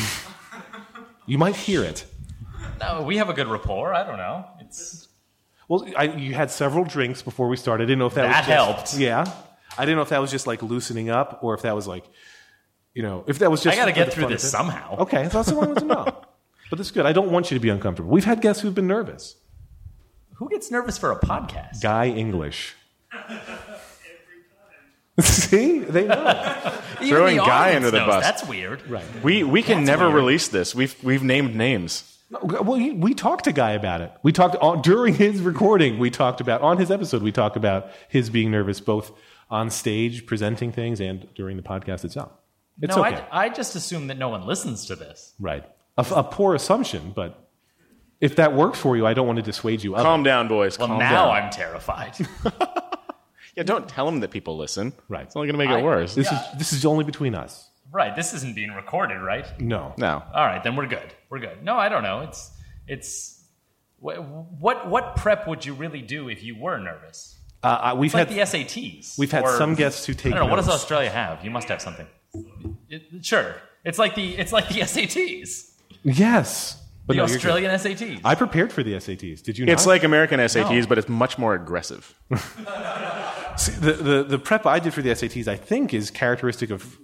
Speaker 2: You might hear it.
Speaker 3: No, we have a good rapport. I don't know. It's
Speaker 2: Well, I, you had several drinks before we started. I didn't know if that, was
Speaker 3: That
Speaker 2: just,
Speaker 3: helped.
Speaker 2: Yeah, I didn't know if that was just like loosening up, or if that was like, you know, if that was just.
Speaker 3: I got
Speaker 2: for
Speaker 3: to get
Speaker 2: the
Speaker 3: through
Speaker 2: fun of
Speaker 3: this
Speaker 2: it.
Speaker 3: somehow.
Speaker 2: Okay, that's what I wanted to know. But this is good. I don't want you to be uncomfortable. We've had guests who've been nervous.
Speaker 3: Who gets nervous for a podcast?
Speaker 2: Guy English. See, they know.
Speaker 3: Even
Speaker 1: Throwing
Speaker 3: the
Speaker 1: Guy
Speaker 3: audience
Speaker 1: under the
Speaker 3: knows.
Speaker 1: bus.
Speaker 3: That's weird. Right.
Speaker 1: we, we can never release this. We've, we've named names.
Speaker 2: No, Well, he- we talked to Guy about it. We talked on, during his recording. We talked about on his episode. We talked about his being nervous both on stage presenting things and during the podcast itself. It's
Speaker 3: no,
Speaker 2: okay.
Speaker 3: I, I just assume that no one listens to this.
Speaker 2: Right. A, a poor assumption, but if that works for you, I don't want to dissuade you. of it.
Speaker 1: Calm down, boys.
Speaker 3: Well,
Speaker 1: Calm
Speaker 3: now
Speaker 1: down.
Speaker 3: I'm terrified.
Speaker 1: Yeah, don't tell him that people listen.
Speaker 2: Right.
Speaker 1: It's only going to make
Speaker 3: I-
Speaker 1: it worse.
Speaker 2: This is this is only between us.
Speaker 3: right. This isn't being recorded, right?
Speaker 2: No.
Speaker 1: No.
Speaker 3: All right, then we're good. We're good. No, I don't know. It's it's wh- what what prep would you really do if you were nervous?
Speaker 2: Uh, I, we've
Speaker 3: It's like
Speaker 2: had
Speaker 3: the SATs.
Speaker 2: we've had
Speaker 3: or-
Speaker 2: some guests who
Speaker 3: I
Speaker 2: take.
Speaker 3: don't know. What does
Speaker 2: notes.
Speaker 3: Australia have? You must have something. It- sure. It's like the it's like the SATs.
Speaker 2: Yes, but
Speaker 3: The
Speaker 2: no, you're good.
Speaker 3: Australian SATs.
Speaker 2: I prepared for the SATs. Did you?
Speaker 1: It's
Speaker 2: not?
Speaker 1: like American SATs,
Speaker 3: No.
Speaker 1: but it's much more aggressive.
Speaker 2: See, the, the the prep I did for the SATs. I think is characteristic of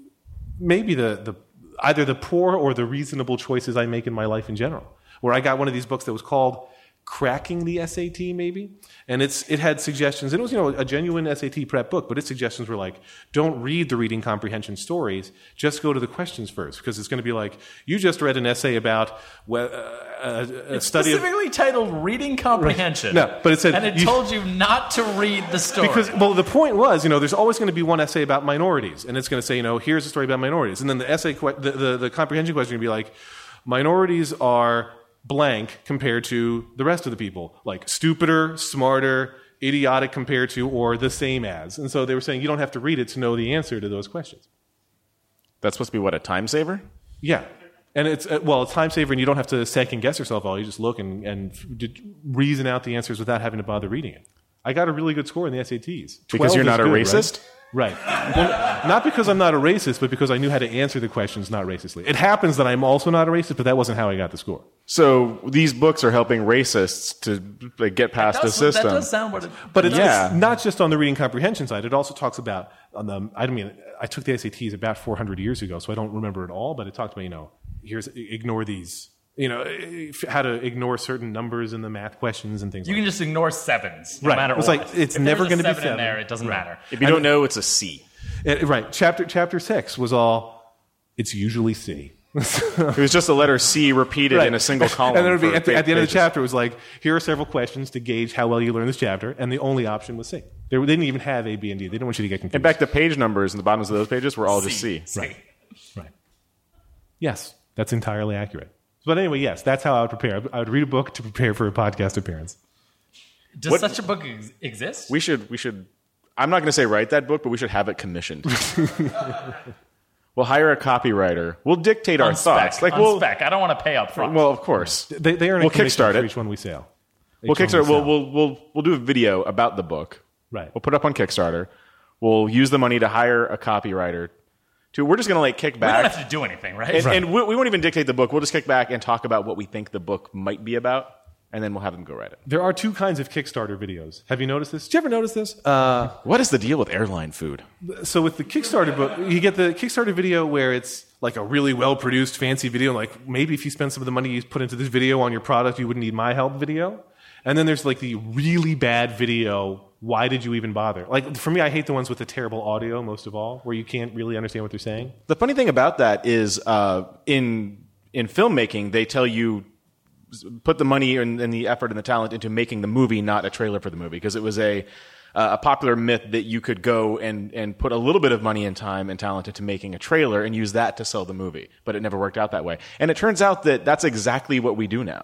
Speaker 2: maybe the the either the poor or the reasonable choices I make in my life in general. Where I got one of these books that was called cracking the SAT maybe and it's it had suggestions and it was you know a genuine SAT prep book but its suggestions were like don't read the reading comprehension stories just go to the questions first because it's going to be like you just read an essay about we- uh, uh, a study of
Speaker 3: specifically titled "Reading Comprehension."
Speaker 2: Right. No, but it said
Speaker 3: and it
Speaker 2: you-
Speaker 3: told you not to read the story.
Speaker 2: Because well, the point was, you know, there's always going to be one essay about minorities, and it's going to say, you know, here's a story about minorities, and then the essay, que- the, the the comprehension question would be like, minorities are blank compared to the rest of the people, like stupider, smarter, idiotic compared to, or the same as, and so they were saying you don't have to read it to know the answer to those questions.
Speaker 1: That's supposed to be what a time saver.
Speaker 2: Yeah. And it's uh, well, it's time saver, and you don't have to second guess yourself. All you just look and and f- d- reason out the answers without having to bother reading it. I got a really good score in the SATs
Speaker 1: Because
Speaker 2: 12
Speaker 1: you're
Speaker 2: is
Speaker 1: not a
Speaker 2: good, right?
Speaker 1: racist.
Speaker 2: Right. Well, not because I'm not a racist, but because I knew how to answer the questions not racistly. It happens that I'm also not a racist, but that wasn't how I got the score.
Speaker 1: So these books are helping racists to like, get past the
Speaker 3: That's-
Speaker 1: system.
Speaker 3: That does sound what it.
Speaker 2: But it's,
Speaker 1: Yeah.
Speaker 2: it's not just on the reading comprehension side. It also talks about on the. I don't mean I took the SATs about 400 years ago, so I don't remember it all. But it talked about you know here's ignore these. You know if- how to ignore certain numbers in the math questions and things.
Speaker 3: You
Speaker 2: like
Speaker 3: can just ignore sevens, no
Speaker 2: Right.
Speaker 3: matter
Speaker 2: It's
Speaker 3: what.
Speaker 2: like, it's
Speaker 3: If
Speaker 2: never
Speaker 3: there's
Speaker 2: gonna
Speaker 3: a
Speaker 2: be
Speaker 3: seven in
Speaker 2: seven.
Speaker 3: there. It doesn't matter.
Speaker 1: if you don't know, it's a C.
Speaker 2: that. Uh, right. Chapter chapter six was all. It's usually C.
Speaker 1: It was just the letter C repeated
Speaker 2: Right.
Speaker 1: in a single column.
Speaker 2: And then it would be
Speaker 1: for
Speaker 2: at the,
Speaker 1: pa-
Speaker 2: at the end of the
Speaker 1: pages.
Speaker 2: chapter, it was like, here are several questions to gauge how well you learn this chapter, and the only option was C. They they didn't even have A, B, and D. They didn't want you to get confused.
Speaker 1: In fact, the page numbers in the bottoms of those pages were all just C.
Speaker 3: Right.
Speaker 2: Right. Yes, that's entirely accurate. But anyway, yes, that's how I would prepare. I would read a book to prepare for a podcast appearance.
Speaker 3: Does
Speaker 1: What-
Speaker 3: such a book ex- exist?
Speaker 1: We should we should. I'm not going to say write that book, but we should have it commissioned. we'll hire a copywriter. We'll dictate our
Speaker 3: on
Speaker 1: thoughts.
Speaker 3: spec.
Speaker 1: Like
Speaker 3: on
Speaker 1: we'll,
Speaker 3: spec. I don't want to pay up front.
Speaker 1: well, of course.
Speaker 2: They, they earn a
Speaker 1: We'll
Speaker 2: commission
Speaker 1: kickstart
Speaker 2: for
Speaker 1: it.
Speaker 2: each one we sell.
Speaker 1: We'll
Speaker 2: Each one
Speaker 1: Kickstarter.
Speaker 2: we
Speaker 1: We'll,
Speaker 2: sell.
Speaker 1: we'll we'll we'll do a video about the book.
Speaker 2: right.
Speaker 1: We'll put it up on Kickstarter. We'll use the money to hire a copywriter. To we're just going to like kick
Speaker 3: we
Speaker 1: back.
Speaker 3: don't have to do anything, right?
Speaker 1: And, and we, we won't even dictate the book. We'll just kick back and talk about what we think the book might be about, and then we'll have them go write it.
Speaker 2: There are two kinds of Kickstarter videos. Have you noticed this? Did you ever notice this? Uh,
Speaker 1: What is the deal with airline food?
Speaker 2: so with the Kickstarter book, you get the Kickstarter video where it's like a really well produced, fancy video. Like maybe if you spend some of the money you put into this video on your product, you wouldn't need my help video. And then there's like the really bad video. Why did you even bother? Like for me, I hate the ones with the terrible audio most of all, where you can't really understand what they're saying.
Speaker 1: The funny thing about that is, uh, in in filmmaking, they tell you s- put the money and, and the effort and the talent into making the movie, not a trailer for the movie, because it was a uh, a popular myth that you could go and and put a little bit of money and time and talent into making a trailer and use that to sell the movie, but it never worked out that way. And it turns out that that's exactly what we do now.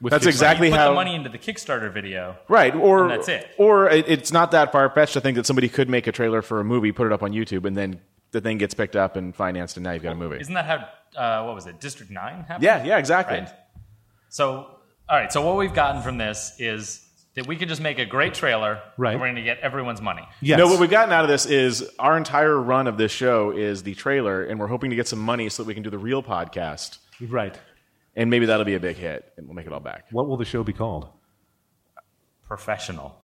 Speaker 1: that's
Speaker 2: Kickstarter.
Speaker 1: exactly
Speaker 3: you put
Speaker 1: how
Speaker 3: the money into the Kickstarter video.
Speaker 1: Right, or
Speaker 3: And that's it.
Speaker 1: Or it, it's not that far fetched to think that somebody could make a trailer for a movie, put it up on YouTube, and then the thing gets picked up and financed, and now you've got a movie.
Speaker 3: Isn't that how? Uh, what was it? District Nine happened.
Speaker 1: yeah, yeah, exactly.
Speaker 3: Right. So, all right. So what we've gotten from this is that we could just make a great trailer.
Speaker 2: Right.
Speaker 3: And we're going to get everyone's money.
Speaker 2: Yes.
Speaker 1: No, what we've gotten out of this is our entire run of this show is the trailer, and we're hoping to get some money so that we can do the real podcast,
Speaker 2: right.
Speaker 1: and maybe that'll be a big hit, and we'll make it all back.
Speaker 2: What will the show be called?
Speaker 3: Professional.